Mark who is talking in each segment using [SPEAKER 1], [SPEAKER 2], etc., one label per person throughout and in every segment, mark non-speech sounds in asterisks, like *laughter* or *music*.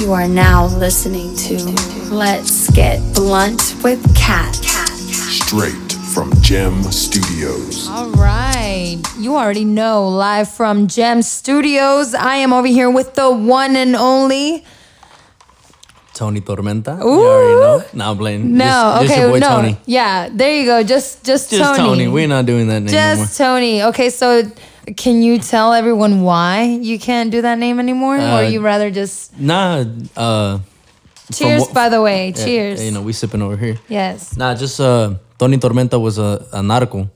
[SPEAKER 1] You are now listening to Let's Get Blunt with Cat.
[SPEAKER 2] Straight from Gem Studios.
[SPEAKER 3] All right. You already know, live from Gem Studios. I am over here with the one and only.
[SPEAKER 4] Tony Tormenta. You already know. Nah, Blaine.
[SPEAKER 3] No,
[SPEAKER 4] just,
[SPEAKER 3] okay,
[SPEAKER 4] just your boy
[SPEAKER 3] no.
[SPEAKER 4] Tony.
[SPEAKER 3] Yeah, there you go. Just just,
[SPEAKER 4] Just Tony. We're not doing that name anymore.
[SPEAKER 3] Just Tony. Okay, so can you tell everyone why you can't do that name anymore? or
[SPEAKER 4] Uh,
[SPEAKER 3] you rather just
[SPEAKER 4] Nah. Uh, from
[SPEAKER 3] Cheers
[SPEAKER 4] what-
[SPEAKER 3] by the way.
[SPEAKER 4] yeah,
[SPEAKER 3] Cheers.
[SPEAKER 4] you know, we sipping over here.
[SPEAKER 3] yes.
[SPEAKER 4] Nah, just uh, Tony Tormenta was a, a narco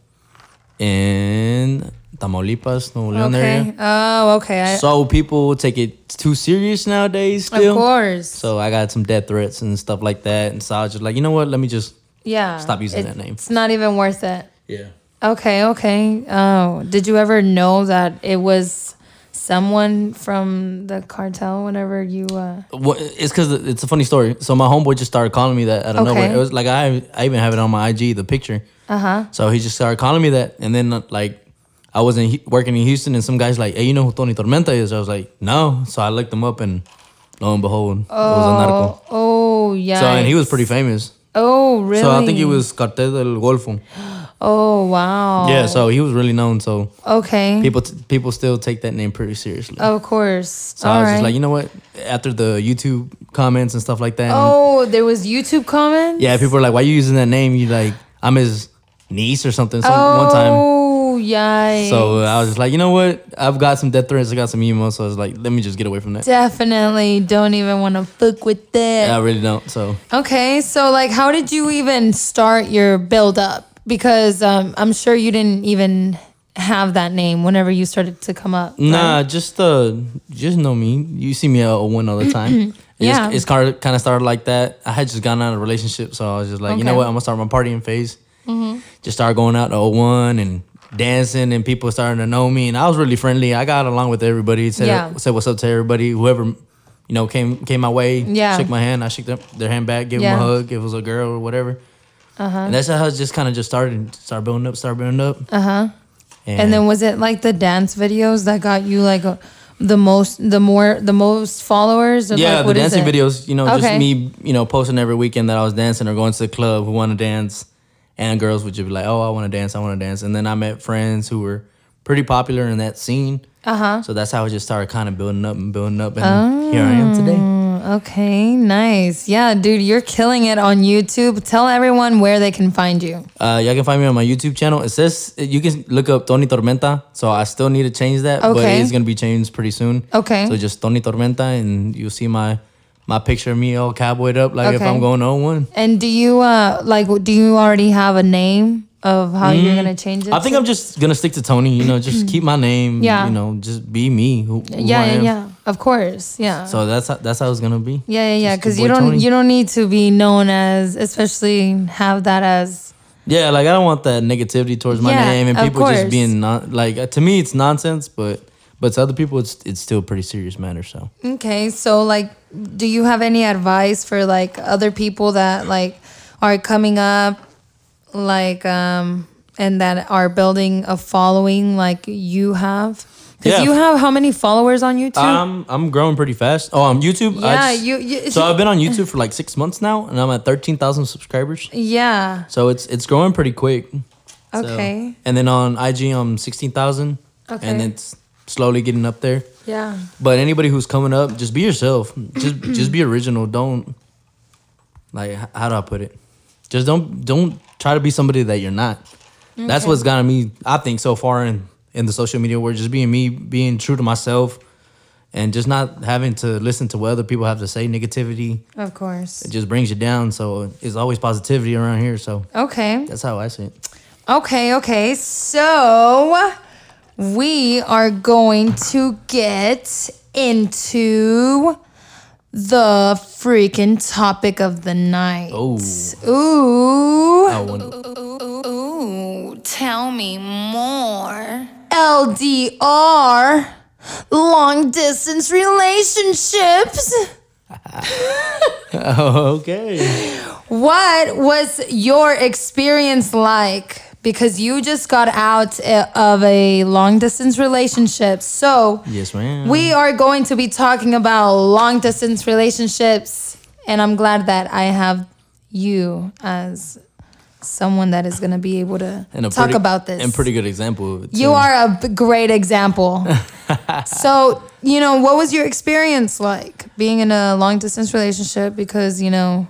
[SPEAKER 4] in Tamaulipas, Nuevo León
[SPEAKER 3] Okay.
[SPEAKER 4] area.
[SPEAKER 3] Oh, okay. I,
[SPEAKER 4] So people take it too serious nowadays. Still.
[SPEAKER 3] of course.
[SPEAKER 4] So I got some death threats and stuff like that, and so I was just like, you know what? Let me just
[SPEAKER 3] yeah.
[SPEAKER 4] stop using
[SPEAKER 3] it-
[SPEAKER 4] that name.
[SPEAKER 3] It's not even worth it.
[SPEAKER 4] yeah.
[SPEAKER 3] Okay, okay. Oh, did you ever know that it was someone from the cartel whenever you uh
[SPEAKER 4] Well, it's because it's a funny story. So my homeboy just started calling me that out of
[SPEAKER 3] Okay.
[SPEAKER 4] nowhere. It was like I I even have it on my IG the picture. Uh
[SPEAKER 3] Uh-huh.
[SPEAKER 4] huh. So he just started calling me that, and then uh, like I was in, Hu- working in Houston, and some guys like, hey, you know who Tony Tormenta is? I was like, no. So I looked him up, and lo and behold, it was a narco.
[SPEAKER 3] Oh, yeah.
[SPEAKER 4] So and he was pretty famous.
[SPEAKER 3] Oh, really?
[SPEAKER 4] So I think it was Cartel del Golfo.
[SPEAKER 3] Oh, wow.
[SPEAKER 4] Yeah. So he was really known. So
[SPEAKER 3] Okay.
[SPEAKER 4] people t- people still take that name pretty seriously.
[SPEAKER 3] of course.
[SPEAKER 4] so I was just like, you know what? After the YouTube comments and stuff like that. and-
[SPEAKER 3] Oh, there was YouTube comments?
[SPEAKER 4] Yeah, people are like, "Why you using that name?" You like, I'm his niece or something. Some, one time,
[SPEAKER 3] Oh, yeah.
[SPEAKER 4] so uh, I was just like, you know what? I've got some death threats. I got some emails. So I was like, let me just get away from that.
[SPEAKER 3] definitely don't even want to fuck with that.
[SPEAKER 4] Yeah, I really don't. So
[SPEAKER 3] Okay, so like, how did you even start your build up? Because um, I'm sure you didn't even have that name whenever you started to come up.
[SPEAKER 4] nah, just uh, just know me. You see me at a one all the time.
[SPEAKER 3] *clears throat*
[SPEAKER 4] It just-
[SPEAKER 3] Yeah.
[SPEAKER 4] it's kind of kind of started like that. I had just gotten out of a relationship, so I was just like, you
[SPEAKER 3] Okay.
[SPEAKER 4] know
[SPEAKER 3] Mm-hmm.
[SPEAKER 4] what? I'm gonna start my partying phase. Just start going out to 01 and dancing, and people starting to know me. And I was really friendly. I got along with everybody. Said
[SPEAKER 3] Yeah.
[SPEAKER 4] said what's up to everybody. Whoever you know came came my way.
[SPEAKER 3] Yeah.
[SPEAKER 4] shook my hand. I shook their, their hand back. Gave
[SPEAKER 3] Yeah.
[SPEAKER 4] them a hug. If it was a girl or whatever. Uh-huh. And that's how it just kind of just started. Start building up. Start building up. Uh huh.
[SPEAKER 3] Uh-huh. And then was it like the dance videos that got you like uh, the most, the more, the most followers? Or
[SPEAKER 4] Yeah,
[SPEAKER 3] like,
[SPEAKER 4] the
[SPEAKER 3] what is
[SPEAKER 4] dancing
[SPEAKER 3] it?
[SPEAKER 4] videos. You know,
[SPEAKER 3] Okay.
[SPEAKER 4] just me, you know, posting every weekend that I was dancing or going to the club who want to dance, and girls would just be like, "Oh, I want to dance, I want to dance," and then I met friends who were pretty popular in that scene. Uh
[SPEAKER 3] Uh-huh.
[SPEAKER 4] huh. So that's how it just started kind of building up and building up, and here I am
[SPEAKER 3] Oh.
[SPEAKER 4] today.
[SPEAKER 3] Okay, nice. Yeah, dude, you're killing it on YouTube. Tell everyone where they can find you.
[SPEAKER 4] Uh, y'all can find me on my YouTube channel. It says you can look up Tony Tormenta. So I still need to change that, but
[SPEAKER 3] Okay.
[SPEAKER 4] it's gonna be changed pretty soon.
[SPEAKER 3] Okay.
[SPEAKER 4] So just Tony Tormenta, and you'll see my my picture of me all cowboyed up, like if
[SPEAKER 3] Okay.
[SPEAKER 4] I'm going on one.
[SPEAKER 3] And do you uh like? Do you already have a name of how you're gonna change it?
[SPEAKER 4] Mm. I think
[SPEAKER 3] to?
[SPEAKER 4] I'm just gonna stick to Tony. You know, just keep my name.
[SPEAKER 3] Yeah.
[SPEAKER 4] You know, just be me. Who, who I
[SPEAKER 3] Yeah, yeah,
[SPEAKER 4] am.
[SPEAKER 3] yeah. Of course. Yeah.
[SPEAKER 4] So that's how, that's how it's gonna be.
[SPEAKER 3] Yeah, yeah, yeah.
[SPEAKER 4] Just the
[SPEAKER 3] Because
[SPEAKER 4] boy
[SPEAKER 3] you don't
[SPEAKER 4] Tony.
[SPEAKER 3] you don't need to be known as, especially have that as.
[SPEAKER 4] Yeah, like I don't want that negativity towards my
[SPEAKER 3] Yeah,
[SPEAKER 4] name and
[SPEAKER 3] of
[SPEAKER 4] people
[SPEAKER 3] course.
[SPEAKER 4] just being not like uh, to me it's nonsense, but but to other people it's it's still a pretty serious matter.
[SPEAKER 3] *laughs*
[SPEAKER 4] So
[SPEAKER 3] Okay, so like, do you have any advice for like other people that like are coming up, like um, and that are building a following like you have? Because
[SPEAKER 4] Yeah.
[SPEAKER 3] you have how many followers on YouTube?
[SPEAKER 4] I'm I'm growing pretty fast. Oh, I'm YouTube. I
[SPEAKER 3] Yeah,
[SPEAKER 4] just-
[SPEAKER 3] you- you- *laughs*
[SPEAKER 4] So I've been on YouTube for like six months now, and I'm at thirteen thousand subscribers.
[SPEAKER 3] yeah.
[SPEAKER 4] So it's it's growing pretty quick. So-
[SPEAKER 3] Okay.
[SPEAKER 4] and then on IG, I'm sixteen thousand.
[SPEAKER 3] Okay.
[SPEAKER 4] And it's slowly getting up there.
[SPEAKER 3] Yeah.
[SPEAKER 4] But anybody who's coming up, just be yourself.
[SPEAKER 3] *clears throat*
[SPEAKER 4] Just just be original. Don't like h- how do I put it? Just don't don't try to be somebody that you're not. That's what's gotten me, I think, so far in in the social media where just being me, being true to myself, and just not having to listen to what other people have to say. Negativity
[SPEAKER 3] Of course.
[SPEAKER 4] it just brings you down. So it's always positivity around here. So
[SPEAKER 3] Okay.
[SPEAKER 4] that's how I see it.
[SPEAKER 3] Okay, okay. So we are going to get into the freaking topic of the night.
[SPEAKER 4] Oh,
[SPEAKER 3] Ooh. *laughs*
[SPEAKER 4] I wonder-
[SPEAKER 1] Ooh, tell me more.
[SPEAKER 3] LDR, long distance relationships.
[SPEAKER 4] okay.
[SPEAKER 3] What was your experience like because you just got out uh, of a long distance relationship. So,
[SPEAKER 4] Yes, ma'am.
[SPEAKER 3] we are going to be talking about long distance relationships, and I'm glad that I have you as someone that is going to be able to
[SPEAKER 4] And a
[SPEAKER 3] talk
[SPEAKER 4] pretty-
[SPEAKER 3] about this.
[SPEAKER 4] And pretty good example. of it,
[SPEAKER 3] you
[SPEAKER 4] too.
[SPEAKER 3] are a b- great
[SPEAKER 4] *laughs*
[SPEAKER 3] example. so, you know, what was your experience like being in a long distance relationship? Because, you know,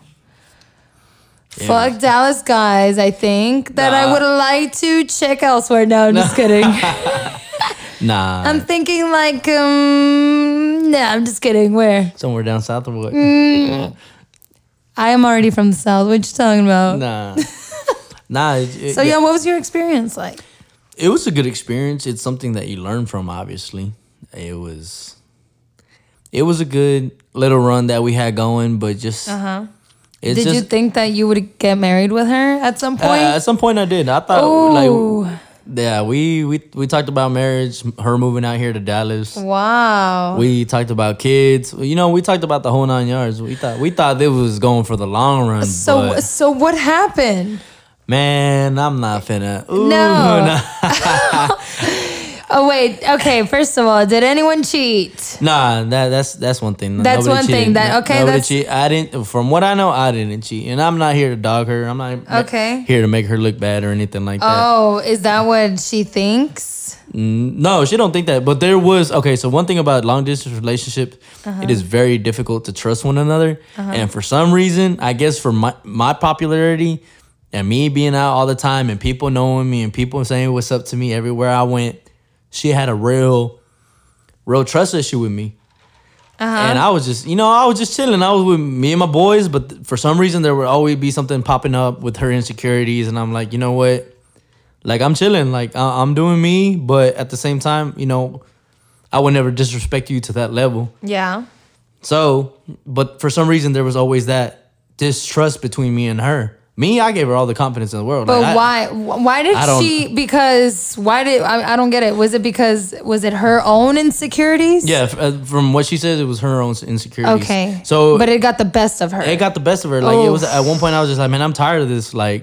[SPEAKER 4] Yeah.
[SPEAKER 3] fuck Dallas guys, I think that I
[SPEAKER 4] Nah.
[SPEAKER 3] would like to check elsewhere. No, I'm just kidding.
[SPEAKER 4] *laughs* Nah.
[SPEAKER 3] I'm thinking like, um, nah, I'm just kidding. Where?
[SPEAKER 4] somewhere down south or what?
[SPEAKER 3] Mm. I am already from the South. What you talking about? *laughs*
[SPEAKER 4] Nah. nah. It, it-
[SPEAKER 3] So yeah, what was your experience like?
[SPEAKER 4] it was a good experience. It's something that you learn from, obviously. It was it was a good little run that we had going, but just uh-huh. it's
[SPEAKER 3] Did
[SPEAKER 4] just
[SPEAKER 3] you think that you would get married with her at some
[SPEAKER 4] uh,
[SPEAKER 3] point?
[SPEAKER 4] at some point I did. I thought
[SPEAKER 3] Ooh.
[SPEAKER 4] like yeah, we, we we talked about marriage, her moving out here to Dallas.
[SPEAKER 3] wow.
[SPEAKER 4] We talked about kids. You know, we talked about the whole nine yards. We thought we thought this was going for the long run.
[SPEAKER 3] so
[SPEAKER 4] but-
[SPEAKER 3] so what happened?
[SPEAKER 4] man, I'm not finna. Ooh,
[SPEAKER 3] No.
[SPEAKER 4] *laughs* nah.
[SPEAKER 3] Oh wait, okay. First of all, did anyone cheat?
[SPEAKER 4] Nah, that that's that's one thing.
[SPEAKER 3] That's one thing that-
[SPEAKER 4] No-
[SPEAKER 3] okay,
[SPEAKER 4] Nobody
[SPEAKER 3] that's-
[SPEAKER 4] cheat. I didn't. From what I know, I didn't cheat, and I'm not here to dog her. I'm not ma-
[SPEAKER 3] Okay.
[SPEAKER 4] here to make her look bad or anything like that.
[SPEAKER 3] Oh, is that what she thinks?
[SPEAKER 4] No, she don't think that. But there was okay. So one thing about long distance relationship, it is very difficult to trust one another, and for some reason, I guess for my my popularity. And me being out all the time and people knowing me and people saying what's up to me everywhere I went, she had a real, real trust issue with me. And I was just, you know, I was just chilling. I was with me and my boys, but th- for some reason there would always be something popping up with her insecurities, and I'm like, you know what? Like I'm chilling, like I- I'm doing me, but at the same time, you know, I would never disrespect you to that level.
[SPEAKER 3] Yeah.
[SPEAKER 4] So, but for some reason there was always that distrust between me and her. Me, I gave her all the confidence in the world.
[SPEAKER 3] But
[SPEAKER 4] Like, I-
[SPEAKER 3] why? Why did
[SPEAKER 4] I don't-
[SPEAKER 3] she? Because why did I, I? don't get it. Was it because was it her own insecurities?
[SPEAKER 4] Yeah, f- uh, from what she said, it was her own insecurities.
[SPEAKER 3] Okay.
[SPEAKER 4] So,
[SPEAKER 3] but it got the best of her.
[SPEAKER 4] it got the best of her. Like it was at one point I was just like, man, I'm tired of this. Like,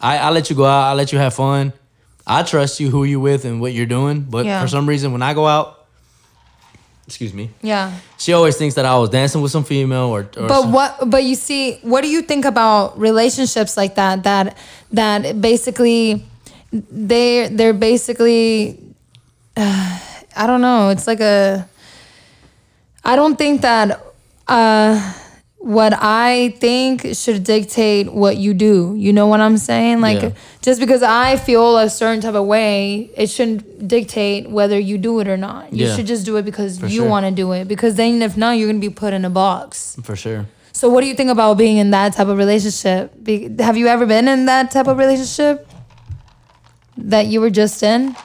[SPEAKER 4] I I let you go out, I let you have fun. I trust you, who you with, and what you're doing. But
[SPEAKER 3] Yeah.
[SPEAKER 4] for some reason, when I go out, excuse me,
[SPEAKER 3] yeah.
[SPEAKER 4] she always thinks that I was dancing with some female or. or
[SPEAKER 3] But
[SPEAKER 4] some-
[SPEAKER 3] what? But you see, what do you think about relationships like that? That that basically they they're basically uh, I don't know. It's like a I don't think that uh, what I think should dictate what you do. You know what I'm saying? Like
[SPEAKER 4] Yeah.
[SPEAKER 3] just because I feel a certain type of way, it shouldn't dictate whether you do it or not. You
[SPEAKER 4] Yeah.
[SPEAKER 3] should just do it because you
[SPEAKER 4] sure.
[SPEAKER 3] want to do it. Because then if not, you're gonna be put in a box.
[SPEAKER 4] for sure.
[SPEAKER 3] So, what do you think about being in that type of relationship? Be- have you ever been in that type of relationship that you were just in?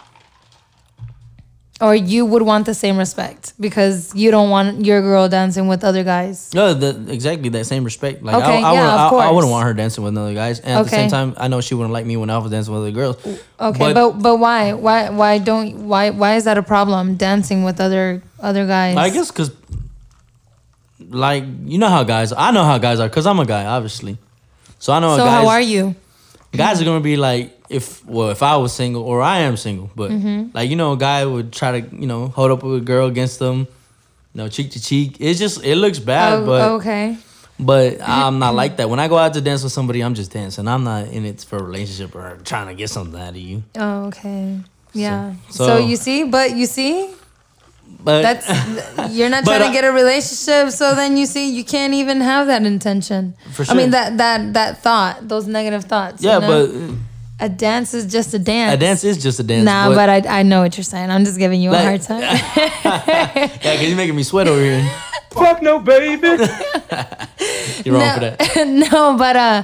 [SPEAKER 3] Or you would want the same respect because you don't want your girl dancing with other guys.
[SPEAKER 4] No, the, exactly that same respect. Like
[SPEAKER 3] Okay,
[SPEAKER 4] I, I,
[SPEAKER 3] yeah,
[SPEAKER 4] wouldn't-
[SPEAKER 3] of
[SPEAKER 4] I, I
[SPEAKER 3] course.
[SPEAKER 4] wouldn't want her dancing with other guys, and at the
[SPEAKER 3] Okay.
[SPEAKER 4] same time, I know she wouldn't like me when I was dancing with other girls.
[SPEAKER 3] Okay, but, but why why why don't why why is that a problem dancing with other other guys?
[SPEAKER 4] I guess because, like, you know how guys. I know how guys are because I'm a guy, obviously. So I know.
[SPEAKER 3] So
[SPEAKER 4] guys,
[SPEAKER 3] how are you?
[SPEAKER 4] Guys are gonna be like, if well, if I was single or I am single, but
[SPEAKER 3] Mm-hmm.
[SPEAKER 4] like you know, a guy would try to you know hold up with a girl against them, you know, cheek to cheek. It's just it looks bad,
[SPEAKER 3] Oh,
[SPEAKER 4] but
[SPEAKER 3] okay.
[SPEAKER 4] but I'm
[SPEAKER 3] Mm-hmm.
[SPEAKER 4] not like that. When I go out to dance with somebody, I'm just dancing. I'm not in it for a relationship or trying to get something out of you.
[SPEAKER 3] Oh, okay. Yeah. So,
[SPEAKER 4] so-
[SPEAKER 3] you see, but you see,
[SPEAKER 4] But
[SPEAKER 3] That's you're not
[SPEAKER 4] But
[SPEAKER 3] trying to
[SPEAKER 4] I-
[SPEAKER 3] get a relationship, so then you see you can't even have that intention.
[SPEAKER 4] For
[SPEAKER 3] I mean
[SPEAKER 4] sure.
[SPEAKER 3] that that that thought, those negative thoughts. you
[SPEAKER 4] *laughs* yeah,
[SPEAKER 3] know?
[SPEAKER 4] but
[SPEAKER 3] a dance is just a dance.
[SPEAKER 4] a dance is just a dance.
[SPEAKER 3] Nah, but, I I know what you're saying. I'm just giving you a
[SPEAKER 4] Like-
[SPEAKER 3] hard
[SPEAKER 4] *laughs*
[SPEAKER 3] time.
[SPEAKER 4] yeah, because you're making me sweat over here.
[SPEAKER 5] *laughs* Fuck no,
[SPEAKER 4] *laughs*
[SPEAKER 5] baby.
[SPEAKER 4] You're wrong for that.
[SPEAKER 3] *laughs* no, but uh,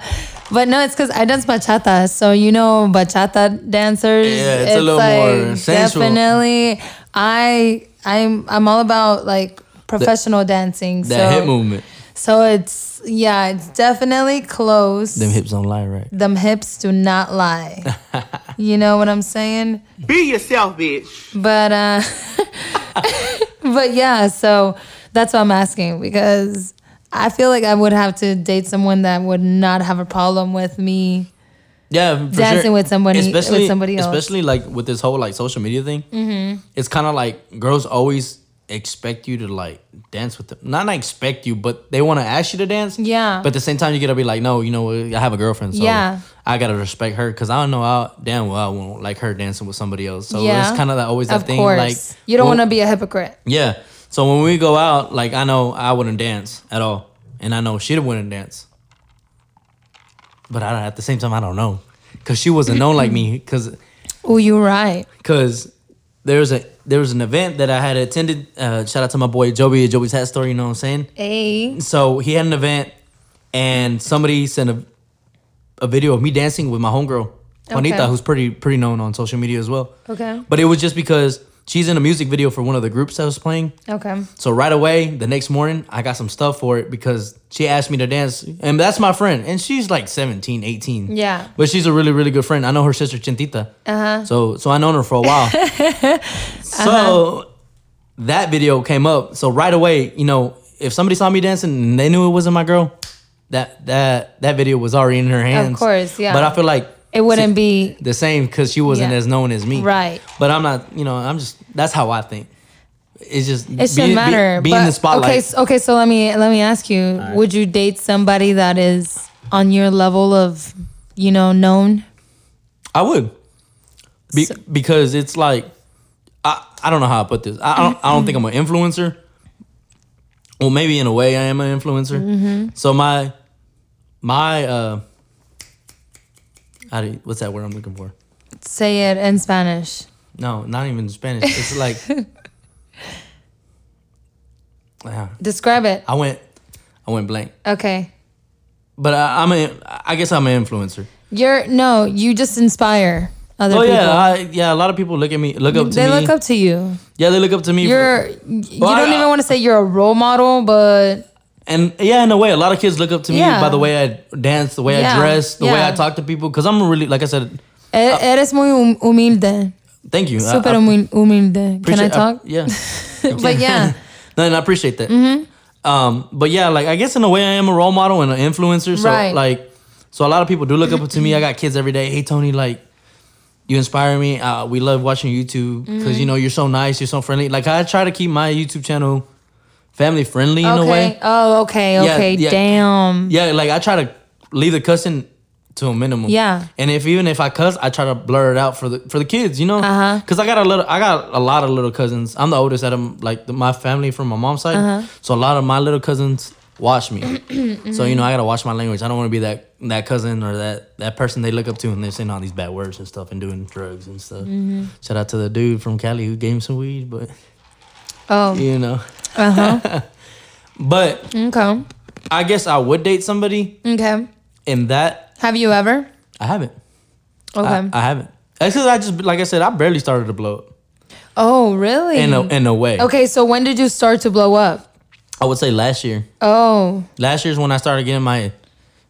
[SPEAKER 3] but no, it's because I dance bachata, so you know bachata dancers.
[SPEAKER 4] Yeah, it's a little more sensual.
[SPEAKER 3] Definitely, I I'm I'm all about like professional dancing.
[SPEAKER 4] That
[SPEAKER 3] so,
[SPEAKER 4] hip movement.
[SPEAKER 3] So it's yeah, it's definitely close.
[SPEAKER 4] Them hips don't lie, right?
[SPEAKER 3] them hips do not
[SPEAKER 4] *laughs*
[SPEAKER 3] lie. you know what I'm saying?
[SPEAKER 5] Be yourself, bitch.
[SPEAKER 3] But uh *laughs* but yeah, so that's what I'm asking because I feel like I would have to date someone that would not have a problem with me
[SPEAKER 4] Yeah, for
[SPEAKER 3] dancing
[SPEAKER 4] sure.
[SPEAKER 3] with somebody- with
[SPEAKER 4] especially,
[SPEAKER 3] somebody else.
[SPEAKER 4] especially like with this whole like social media thing. Mm-hmm. It's kind of like girls always expect you to like dance with them. Not not expect you, but they want to ask you to dance.
[SPEAKER 3] Yeah.
[SPEAKER 4] But at the same time, you gotta be like, no, you know, what, I have a girlfriend, so
[SPEAKER 3] Yeah.
[SPEAKER 4] I gotta respect her because I don't know how damn well I won't like her dancing with somebody else. So
[SPEAKER 3] Yeah.
[SPEAKER 4] it's kind of like always that
[SPEAKER 3] of
[SPEAKER 4] thing.
[SPEAKER 3] course.
[SPEAKER 4] Like
[SPEAKER 3] you don't
[SPEAKER 4] well-
[SPEAKER 3] want to be a hypocrite.
[SPEAKER 4] yeah. So when we go out, like I know I wouldn't dance at all, and I know she wouldn't dance. But I, at the same time, I don't know, cause she wasn't known like me, cause
[SPEAKER 3] Oh, you're right.
[SPEAKER 4] cause there was a there was an event that I had attended. Uh, shout out to my boy Joby at Joby's Hat Store. You know what I'm saying?
[SPEAKER 3] A.
[SPEAKER 4] So he had an event, and somebody sent a a video of me dancing with my homegirl Juanita,
[SPEAKER 3] Okay.
[SPEAKER 4] who's pretty pretty known on social media as well.
[SPEAKER 3] Okay.
[SPEAKER 4] But it was just because she's in a music video for one of the groups I was playing.
[SPEAKER 3] Okay.
[SPEAKER 4] So right away, the next morning, I got some stuff for it because she asked me to dance. And that's my friend. And she's like 17, 18.
[SPEAKER 3] Yeah.
[SPEAKER 4] But she's a really, really good friend. I know her sister Chintita. Uh-huh. So so I known her for
[SPEAKER 3] *laughs*
[SPEAKER 4] a while.
[SPEAKER 3] Uh-huh.
[SPEAKER 4] So that video came up. So right away, you know, if somebody saw me dancing and they knew it wasn't my girl, that that that video was already in her hands.
[SPEAKER 3] course, yeah.
[SPEAKER 4] But I feel like
[SPEAKER 3] It wouldn't be
[SPEAKER 4] the same because she wasn't
[SPEAKER 3] Yeah.
[SPEAKER 4] as known as me.
[SPEAKER 3] Right.
[SPEAKER 4] But I'm not, you know, I'm just that's how I think. It's just
[SPEAKER 3] It shouldn't
[SPEAKER 4] being- be-
[SPEAKER 3] matter.
[SPEAKER 4] Being in
[SPEAKER 3] but-
[SPEAKER 4] the spotlight.
[SPEAKER 3] Okay, s- okay. So let me let me ask you: Would you date somebody that is on your level of, you know, known?
[SPEAKER 4] I would. Be- because it's like I, I don't know how I put this. I, I don't I don't think I'm an influencer. Well, maybe in a way I am an influencer.
[SPEAKER 3] Mm-hmm.
[SPEAKER 4] So my my uh how do you, what's that word I'm looking for?
[SPEAKER 3] Say it in Spanish.
[SPEAKER 4] No, not even Spanish. It's
[SPEAKER 3] *laughs*
[SPEAKER 4] like Yeah,
[SPEAKER 3] Describe it.
[SPEAKER 4] I went I went blank.
[SPEAKER 3] Okay.
[SPEAKER 4] But I, I'm a I guess I'm an influencer.
[SPEAKER 3] You're no. You just inspire other
[SPEAKER 4] Oh
[SPEAKER 3] people.
[SPEAKER 4] yeah, I, yeah. A lot of people look at me, look up to
[SPEAKER 3] they
[SPEAKER 4] me.
[SPEAKER 3] look up to you.
[SPEAKER 4] yeah, they look up to me. for-
[SPEAKER 3] You're. you
[SPEAKER 4] Well, I-
[SPEAKER 3] don't even want to say you're a role model, but
[SPEAKER 4] and yeah, in a way, a lot of kids look up to me
[SPEAKER 3] Yeah.
[SPEAKER 4] by the way I dance, the way
[SPEAKER 3] Yeah,
[SPEAKER 4] I dress, the way
[SPEAKER 3] yeah.
[SPEAKER 4] I talk to people. Because I'm really, like I said,
[SPEAKER 3] e- eres muy hum- humilde.
[SPEAKER 4] thank you. Uh, I-
[SPEAKER 3] Super
[SPEAKER 4] I
[SPEAKER 3] humil- humilde. Can I
[SPEAKER 4] appreciate-
[SPEAKER 3] talk?
[SPEAKER 4] yeah,
[SPEAKER 3] but yeah.
[SPEAKER 4] no, and I appreciate that. Um, but yeah, like I guess in a way, I am a role model and an influencer. So
[SPEAKER 3] Right.
[SPEAKER 4] like, so a lot of people do look up to me. I got kids every day. Hey Tony, like. You inspire me. Uh, we love watching YouTube because
[SPEAKER 3] Mm-hmm.
[SPEAKER 4] you know you're so nice, you're so friendly. Like I try to keep my YouTube channel family friendly *laughs* in a way.
[SPEAKER 3] Okay. Oh, okay.
[SPEAKER 4] Yeah,
[SPEAKER 3] Okay.
[SPEAKER 4] yeah.
[SPEAKER 3] Damn.
[SPEAKER 4] Yeah, like I try to leave the cussing to a minimum.
[SPEAKER 3] Yeah.
[SPEAKER 4] And if even if I cuss, I try to blur it out for the for the kids, you know.
[SPEAKER 3] Uh-huh.
[SPEAKER 4] Cause I got a little, I got a lot of little cousins. I'm the oldest out of like the, my family from my mom's side,
[SPEAKER 3] Uh-huh.
[SPEAKER 4] so a lot of my little cousins
[SPEAKER 3] *clears throat*
[SPEAKER 4] watch me. so you know, I gotta watch my language. I don't want to be that that cousin or that that person they look up to and they're saying all these bad words and stuff and doing drugs and stuff.
[SPEAKER 3] Mm-hmm.
[SPEAKER 4] Shout out to the dude from Cali who gave him some weed, but
[SPEAKER 3] Oh.
[SPEAKER 4] you know.
[SPEAKER 3] Uh
[SPEAKER 4] *laughs*
[SPEAKER 3] huh.
[SPEAKER 4] But
[SPEAKER 3] okay.
[SPEAKER 4] I guess I would date somebody
[SPEAKER 3] Okay.
[SPEAKER 4] in that
[SPEAKER 3] Have you ever?
[SPEAKER 4] I haven't.
[SPEAKER 3] Okay.
[SPEAKER 4] I, I haven't. That's because I just, like I said, I barely started to blow up
[SPEAKER 3] oh, really?
[SPEAKER 4] in a, in a way.
[SPEAKER 3] okay, so when did you start to blow up?
[SPEAKER 4] I would say last year.
[SPEAKER 3] Oh,
[SPEAKER 4] Last year's when I started getting my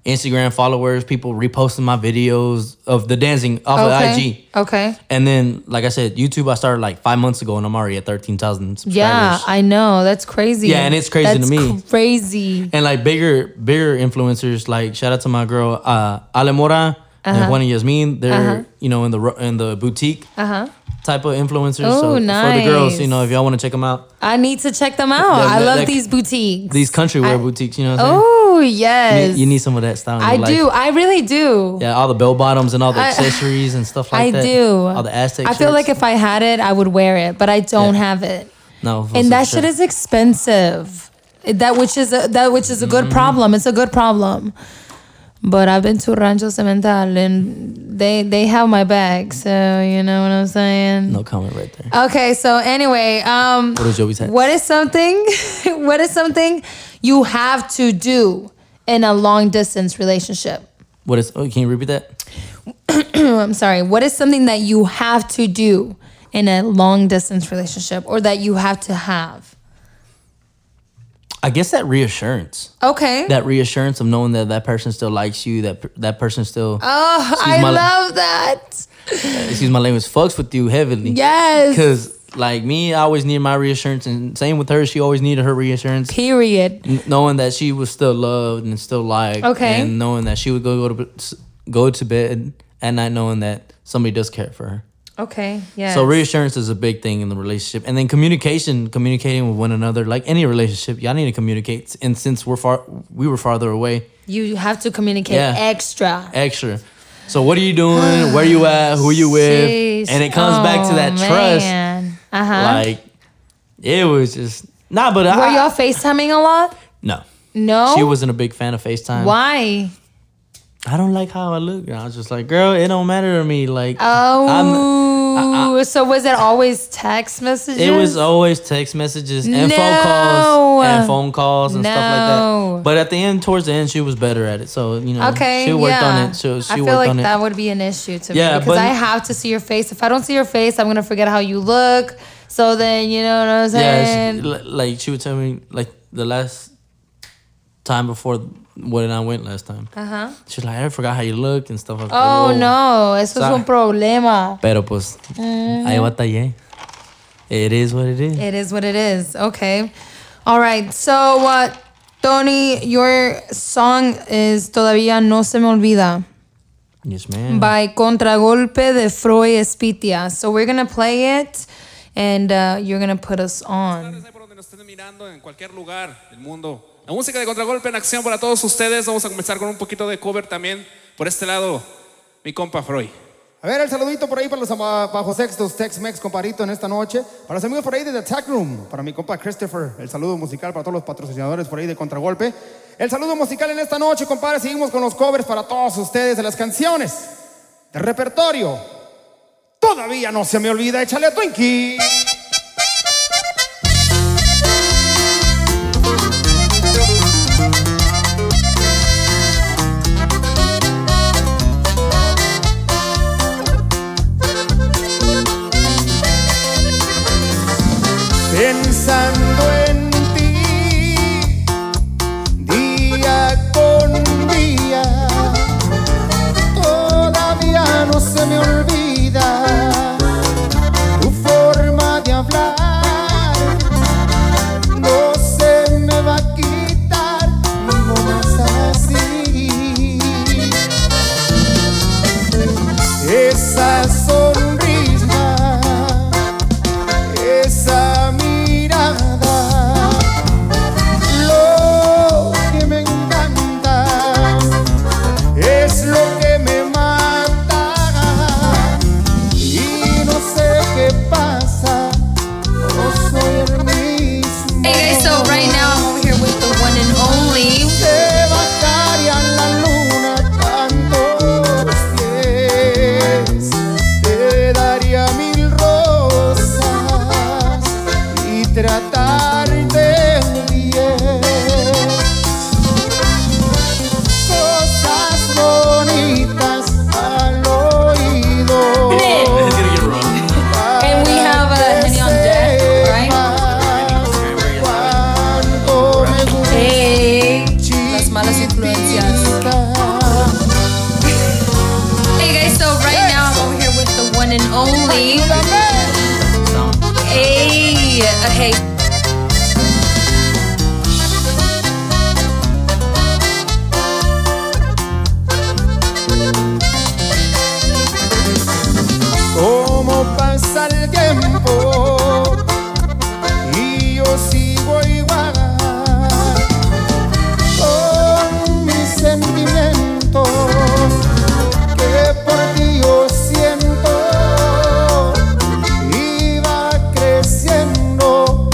[SPEAKER 4] Instagram followers, people reposting my videos of the dancing off
[SPEAKER 3] okay.
[SPEAKER 4] of IG.
[SPEAKER 3] Okay.
[SPEAKER 4] And then, like I said, YouTube, I started like five months ago and I'm already at 13,000 subscribers.
[SPEAKER 3] Yeah, I know. That's crazy.
[SPEAKER 4] Yeah, and it's crazy to
[SPEAKER 3] That's
[SPEAKER 4] me.
[SPEAKER 3] Crazy.
[SPEAKER 4] and like bigger, bigger influencers, like shout out to my girl, uh, Ale Mora and
[SPEAKER 3] Uh-huh.
[SPEAKER 4] Juana Yasmin. They're, you know, in the, ro- in the boutique type of influencers. so
[SPEAKER 3] Oh,
[SPEAKER 4] for the girls, you
[SPEAKER 3] nice.
[SPEAKER 4] know, if y'all want to check them out.
[SPEAKER 3] I need to check them out.
[SPEAKER 4] That-
[SPEAKER 3] I
[SPEAKER 4] that-
[SPEAKER 3] love
[SPEAKER 4] that-
[SPEAKER 3] these boutiques.
[SPEAKER 4] these country wear
[SPEAKER 3] I-
[SPEAKER 4] boutiques. You know what I'm saying?
[SPEAKER 3] Oh
[SPEAKER 4] You-
[SPEAKER 3] yes.
[SPEAKER 4] You need some of that style. in
[SPEAKER 3] I
[SPEAKER 4] your life.
[SPEAKER 3] do. I really do.
[SPEAKER 4] Yeah, all the bell bottoms and all the
[SPEAKER 3] I-
[SPEAKER 4] accessories and stuff like
[SPEAKER 3] I
[SPEAKER 4] that.
[SPEAKER 3] do.
[SPEAKER 4] All the Aztec.
[SPEAKER 3] I feel
[SPEAKER 4] shirts.
[SPEAKER 3] like if I had it, I would wear it, but I don't
[SPEAKER 4] Yeah.
[SPEAKER 3] have it.
[SPEAKER 4] no, for
[SPEAKER 3] and that
[SPEAKER 4] sure.
[SPEAKER 3] shit is expensive. That which is a, that which is a
[SPEAKER 4] Mm.
[SPEAKER 3] good problem. It's a good problem. But I've been to Rancho Cemental and they they have my back. So you know what I'm saying.
[SPEAKER 4] no comment right there.
[SPEAKER 3] Okay. So anyway, um,
[SPEAKER 4] What is Joey's hat?
[SPEAKER 3] what is something? *laughs* what is something you have to do in a long distance relationship? Oh,
[SPEAKER 4] What is? Oh, can you repeat that?
[SPEAKER 3] I'm sorry. What is something that you have to do in a long distance relationship, or that you have to have?
[SPEAKER 4] I guess that reassurance.
[SPEAKER 3] Okay.
[SPEAKER 4] That reassurance of knowing that that person still likes you. That per- that person still.
[SPEAKER 3] Oh,
[SPEAKER 4] excuse
[SPEAKER 3] I
[SPEAKER 4] my,
[SPEAKER 3] love that.
[SPEAKER 4] Excuse my language. Fucks with you heavily.
[SPEAKER 3] Yes.
[SPEAKER 4] Because like me, I always need my reassurance, and same with her. She always needed her reassurance.
[SPEAKER 3] Period.
[SPEAKER 4] N- knowing that she was still loved and still liked.
[SPEAKER 3] Okay.
[SPEAKER 4] And knowing that she would go go to b- s- go to bed at night knowing that somebody does care for her.
[SPEAKER 3] Okay. Yeah.
[SPEAKER 4] So reassurance is a big thing in the relationship, and then communication, communicating with one another, like any relationship, y'all need to communicate. And since we're far, we were farther away,
[SPEAKER 3] you have to communicate
[SPEAKER 4] Yeah.
[SPEAKER 3] extra.
[SPEAKER 4] extra. So what are you doing? Where
[SPEAKER 3] *gasps*
[SPEAKER 4] you at? Who you with?
[SPEAKER 3] Jeez.
[SPEAKER 4] And it comes back to
[SPEAKER 3] Oh,
[SPEAKER 4] that trust.
[SPEAKER 3] man. Uh-huh.
[SPEAKER 4] Like it was just nah, but
[SPEAKER 3] Were
[SPEAKER 4] I,
[SPEAKER 3] y'all FaceTiming a lot?
[SPEAKER 4] no.
[SPEAKER 3] No.
[SPEAKER 4] She wasn't a big fan of FaceTime.
[SPEAKER 3] Why?
[SPEAKER 4] I don't like how I look. And I was just like, girl, it don't matter to me. Like,
[SPEAKER 3] Oh. so was it always text messages?
[SPEAKER 4] it was always text messages and phone
[SPEAKER 3] No.
[SPEAKER 4] calls and phone calls and stuff like
[SPEAKER 3] No.
[SPEAKER 4] that. But at the end, towards the end, she was better at it. So you know,
[SPEAKER 3] Okay.
[SPEAKER 4] she worked
[SPEAKER 3] yeah.
[SPEAKER 4] on it. So she
[SPEAKER 3] I feel
[SPEAKER 4] worked
[SPEAKER 3] like
[SPEAKER 4] on
[SPEAKER 3] that
[SPEAKER 4] it.
[SPEAKER 3] would be an issue to
[SPEAKER 4] Yeah,
[SPEAKER 3] me because
[SPEAKER 4] but-
[SPEAKER 3] I have to see your face. If I don't see your face, I'm gonna forget how you look. So then you know what I'm
[SPEAKER 4] Yeah,
[SPEAKER 3] saying.
[SPEAKER 4] she, li- like she would tell me like the last time before when I went last time. Uh huh. She's like, I forgot how you looked and stuff. I was like,
[SPEAKER 3] Uh-huh. oh
[SPEAKER 4] "Whoa."
[SPEAKER 3] no, eso es
[SPEAKER 4] Sorry.
[SPEAKER 3] un problema.
[SPEAKER 4] Pero pues, ahí batallé. It is what it is.
[SPEAKER 3] Mm. It is what it is. Okay. All right. So what, Tony? Your song is todavía no se me olvida.
[SPEAKER 4] Yes, man.
[SPEAKER 3] by Contragolpe de Froy Espitia. So we're gonna play it, and uh, you're gonna put us on.
[SPEAKER 6] tardes, ahí por donde nos estén mirando, en cualquier lugar del mundo. La música de contragolpe en acción para todos ustedes. Vamos a comenzar con un poquito de cover también por este lado, mi compa Freud.
[SPEAKER 7] A ver, el saludito por ahí para los ama- bajo sextos, Tex-Mex, comparito en esta noche. Para los amigos por ahí de The Attack Room, para mi compa Christopher, el saludo musical para todos los patrocinadores por ahí de Contragolpe. El saludo musical en esta noche, compadre, seguimos con los covers para todos ustedes de las canciones del repertorio. Todavía no se me olvida, échale a Twinkie. Pensando en ti, día con día, todavía no se me olvida tu forma de hablar, no se me va a quitar, no más así. Esa sonrisa esa mirada, lo que me encanta es lo que me mata y no sé qué pasa, no soy el mismo.
[SPEAKER 3] Hey guys, so right now I'm over here with the one and only.
[SPEAKER 7] Te bajaría la luna tantos pies, te daría mil rosas y tratarte bien. Cosas bonitas al oído.
[SPEAKER 3] And we have, uh, Henny on deck, right?
[SPEAKER 7] Cuánto me gusta
[SPEAKER 3] Hey,
[SPEAKER 7] las
[SPEAKER 3] malas influencias. hey guys, so right now I'm over here with the one and only. Hey, okay.
[SPEAKER 7] Cómo pasa el tiempo y yo sigo igual con mis sentimientos que por ti yo siento y va creciendo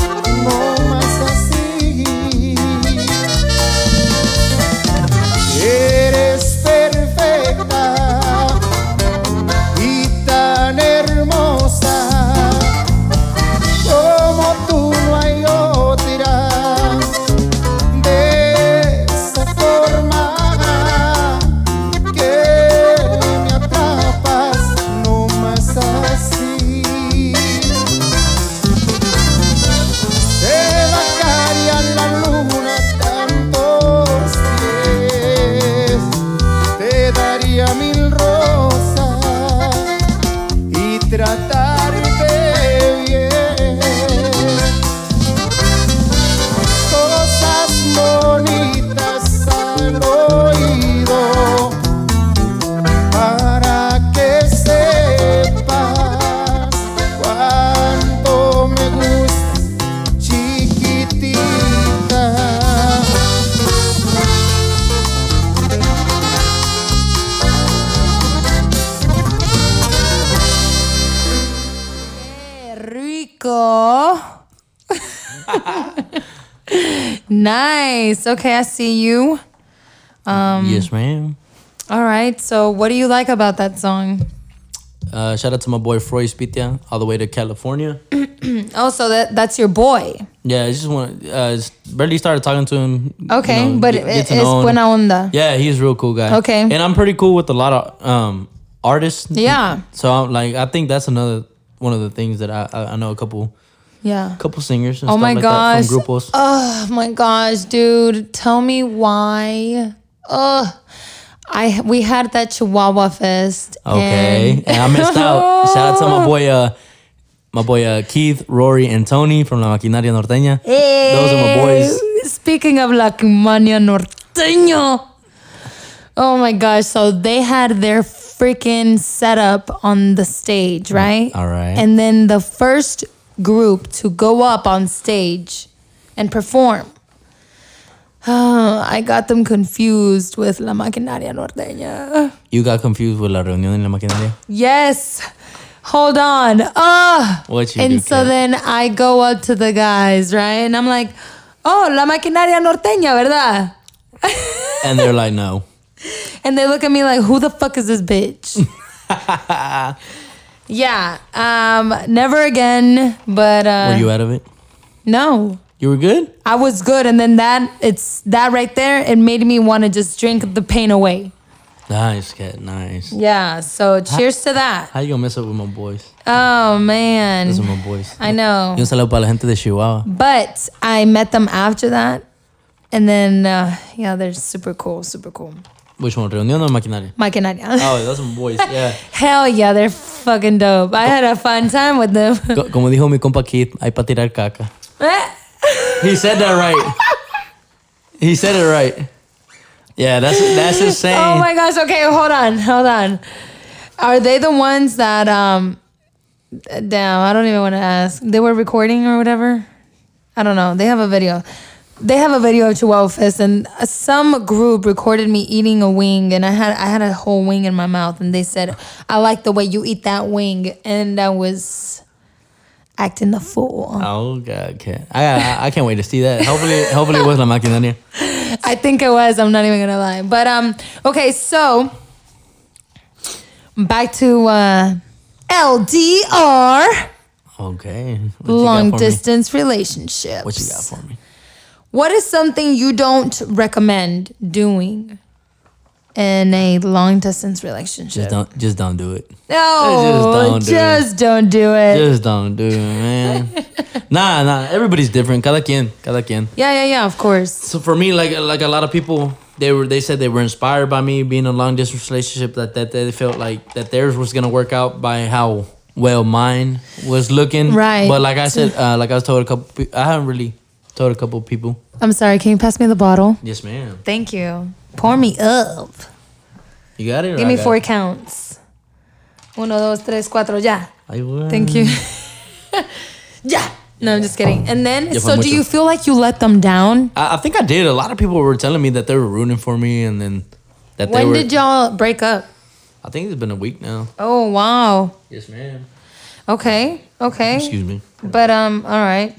[SPEAKER 3] *laughs* Nice. Okay, I see you.
[SPEAKER 4] yes, ma'am.
[SPEAKER 3] All right. So, what do you like about that song?
[SPEAKER 4] Uh, shout out to my boy Freud Spitia, all the way to California.
[SPEAKER 3] Oh, so that that's your boy.
[SPEAKER 4] Yeah, it's just one. Uh, just barely started talking to him. you
[SPEAKER 3] Okay,
[SPEAKER 4] know,
[SPEAKER 3] but
[SPEAKER 4] get-
[SPEAKER 3] it-
[SPEAKER 4] get to
[SPEAKER 3] it's
[SPEAKER 4] know him.
[SPEAKER 3] buena onda.
[SPEAKER 4] Yeah, he's a real cool guy.
[SPEAKER 3] Okay.
[SPEAKER 4] and I'm pretty cool with a lot of um artists.
[SPEAKER 3] Yeah.
[SPEAKER 4] So I'm like, I think that's another one of the things that I I, I know a couple
[SPEAKER 3] Yeah.
[SPEAKER 4] couple singers. And
[SPEAKER 3] Oh
[SPEAKER 4] stuff
[SPEAKER 3] my
[SPEAKER 4] like
[SPEAKER 3] gosh.
[SPEAKER 4] That from grupos.
[SPEAKER 3] Oh my gosh, dude. Tell me why. Ugh. I we had that Chihuahua fest.
[SPEAKER 4] Okay,
[SPEAKER 3] and-
[SPEAKER 4] and I missed
[SPEAKER 3] *laughs*
[SPEAKER 4] out. Shout out to my boy, uh, my boy uh, Keith, Rory, and Tony from La Maquinaria Norteña. Those are my boys.
[SPEAKER 3] Speaking of La Cumania Norteño. Oh my gosh. So they had their freaking setup on the stage, right?
[SPEAKER 4] all right.
[SPEAKER 3] And then the first group to go up on stage and perform. *sighs* I got them confused with La Maquinaria Norteña.
[SPEAKER 4] You got confused with La Reunión en La Maquinaria.
[SPEAKER 3] Yes. Hold on. Ah.
[SPEAKER 4] What you
[SPEAKER 3] and
[SPEAKER 4] do,
[SPEAKER 3] so
[SPEAKER 4] Kat?
[SPEAKER 3] then I go up to the guys, right? And I'm like, oh, la maquinaria norteña, ¿verdad?
[SPEAKER 4] And they're like, no.
[SPEAKER 3] And they look at me like, who the fuck is this
[SPEAKER 4] *laughs*
[SPEAKER 3] bitch? yeah. Um, never again. But uh,
[SPEAKER 4] Were you out of it?
[SPEAKER 3] no.
[SPEAKER 4] You were good.
[SPEAKER 3] I was good. And then that, it's that right there, it made me want to just drink the pain away.
[SPEAKER 4] Nice, cat. Nice.
[SPEAKER 3] Yeah. So cheers to that.
[SPEAKER 4] How you gonna mess up with my boys?
[SPEAKER 3] Oh, man.
[SPEAKER 4] Those are my boys.
[SPEAKER 3] *laughs* I know.
[SPEAKER 4] Y un saludo para la gente de Chihuahua.
[SPEAKER 3] But I met them after that. And then, uh, yeah, they're super cool, super cool.
[SPEAKER 4] Which one? Reunión o Maquinaria?
[SPEAKER 3] *laughs* Mike and Nadia.
[SPEAKER 4] Oh,
[SPEAKER 3] *laughs*
[SPEAKER 4] those are my boys. Yeah.
[SPEAKER 3] Hell yeah, they're fucking dope. I had a fun time with them.
[SPEAKER 4] Co- Como dijo mi compa Keith, hay para tirar caca.
[SPEAKER 3] *laughs*
[SPEAKER 4] He said that right. He said it right. Yeah, that's that's his saying.
[SPEAKER 3] Oh my gosh, okay, hold on, hold on. Are they the ones that, um, damn, I don't even want to ask. They were recording or whatever? I don't know. They have a video. They have a video of Chihuahua Fest, and some group recorded me eating a wing, and I had I had a whole wing in my mouth, and they said, "I like the way you eat that wing," and I was acting the fool.
[SPEAKER 4] Oh god, cat. I, I I can't wait to see that. Hopefully, hopefully it was la maquinaria.
[SPEAKER 3] I think it was. I'm not even gonna lie. But um, okay, so back to uh, LDR,
[SPEAKER 4] Okay. What you got
[SPEAKER 3] long
[SPEAKER 4] for me?
[SPEAKER 3] distance relationships.
[SPEAKER 4] What you got for me?
[SPEAKER 3] What is something you don't recommend doing in a long distance relationship?
[SPEAKER 4] Just don't, just don't do it.
[SPEAKER 3] no,
[SPEAKER 4] just don't
[SPEAKER 3] just
[SPEAKER 4] do it.
[SPEAKER 3] don't do it.
[SPEAKER 4] Just don't do
[SPEAKER 3] *laughs*
[SPEAKER 4] it, man. nah, nah. Everybody's different. Cada quien, cada quien.
[SPEAKER 3] yeah, yeah, yeah. Of course.
[SPEAKER 4] So for me, like like a lot of people, they were they said they were inspired by me being in a long distance relationship that that they felt like that theirs was gonna work out by how well mine was looking.
[SPEAKER 3] Right.
[SPEAKER 4] But like I said, uh, like I was told a couple, pe- I haven't really told a couple people.
[SPEAKER 3] I'm sorry. Can you pass me the bottle?
[SPEAKER 4] Yes, ma'am.
[SPEAKER 3] Thank you. Pour me up.
[SPEAKER 4] You got it. or
[SPEAKER 3] Give
[SPEAKER 4] I
[SPEAKER 3] me
[SPEAKER 4] got
[SPEAKER 3] four
[SPEAKER 4] it?
[SPEAKER 3] counts. Uno, dos, tres, cuatro. Ya.
[SPEAKER 4] Ay, bueno.
[SPEAKER 3] Thank you. *laughs* yeah. No, I'm just kidding. And then,
[SPEAKER 4] Ya fue
[SPEAKER 3] so do
[SPEAKER 4] mucho.
[SPEAKER 3] you feel like you let them down?
[SPEAKER 4] I, I think I did. A lot of people were telling me that they were rooting for me, and then that they
[SPEAKER 3] When
[SPEAKER 4] were.
[SPEAKER 3] did y'all break up?
[SPEAKER 4] I think it's been a week now.
[SPEAKER 3] Oh wow.
[SPEAKER 4] Yes, ma'am.
[SPEAKER 3] Okay. Okay.
[SPEAKER 4] Excuse me.
[SPEAKER 3] But um, all right.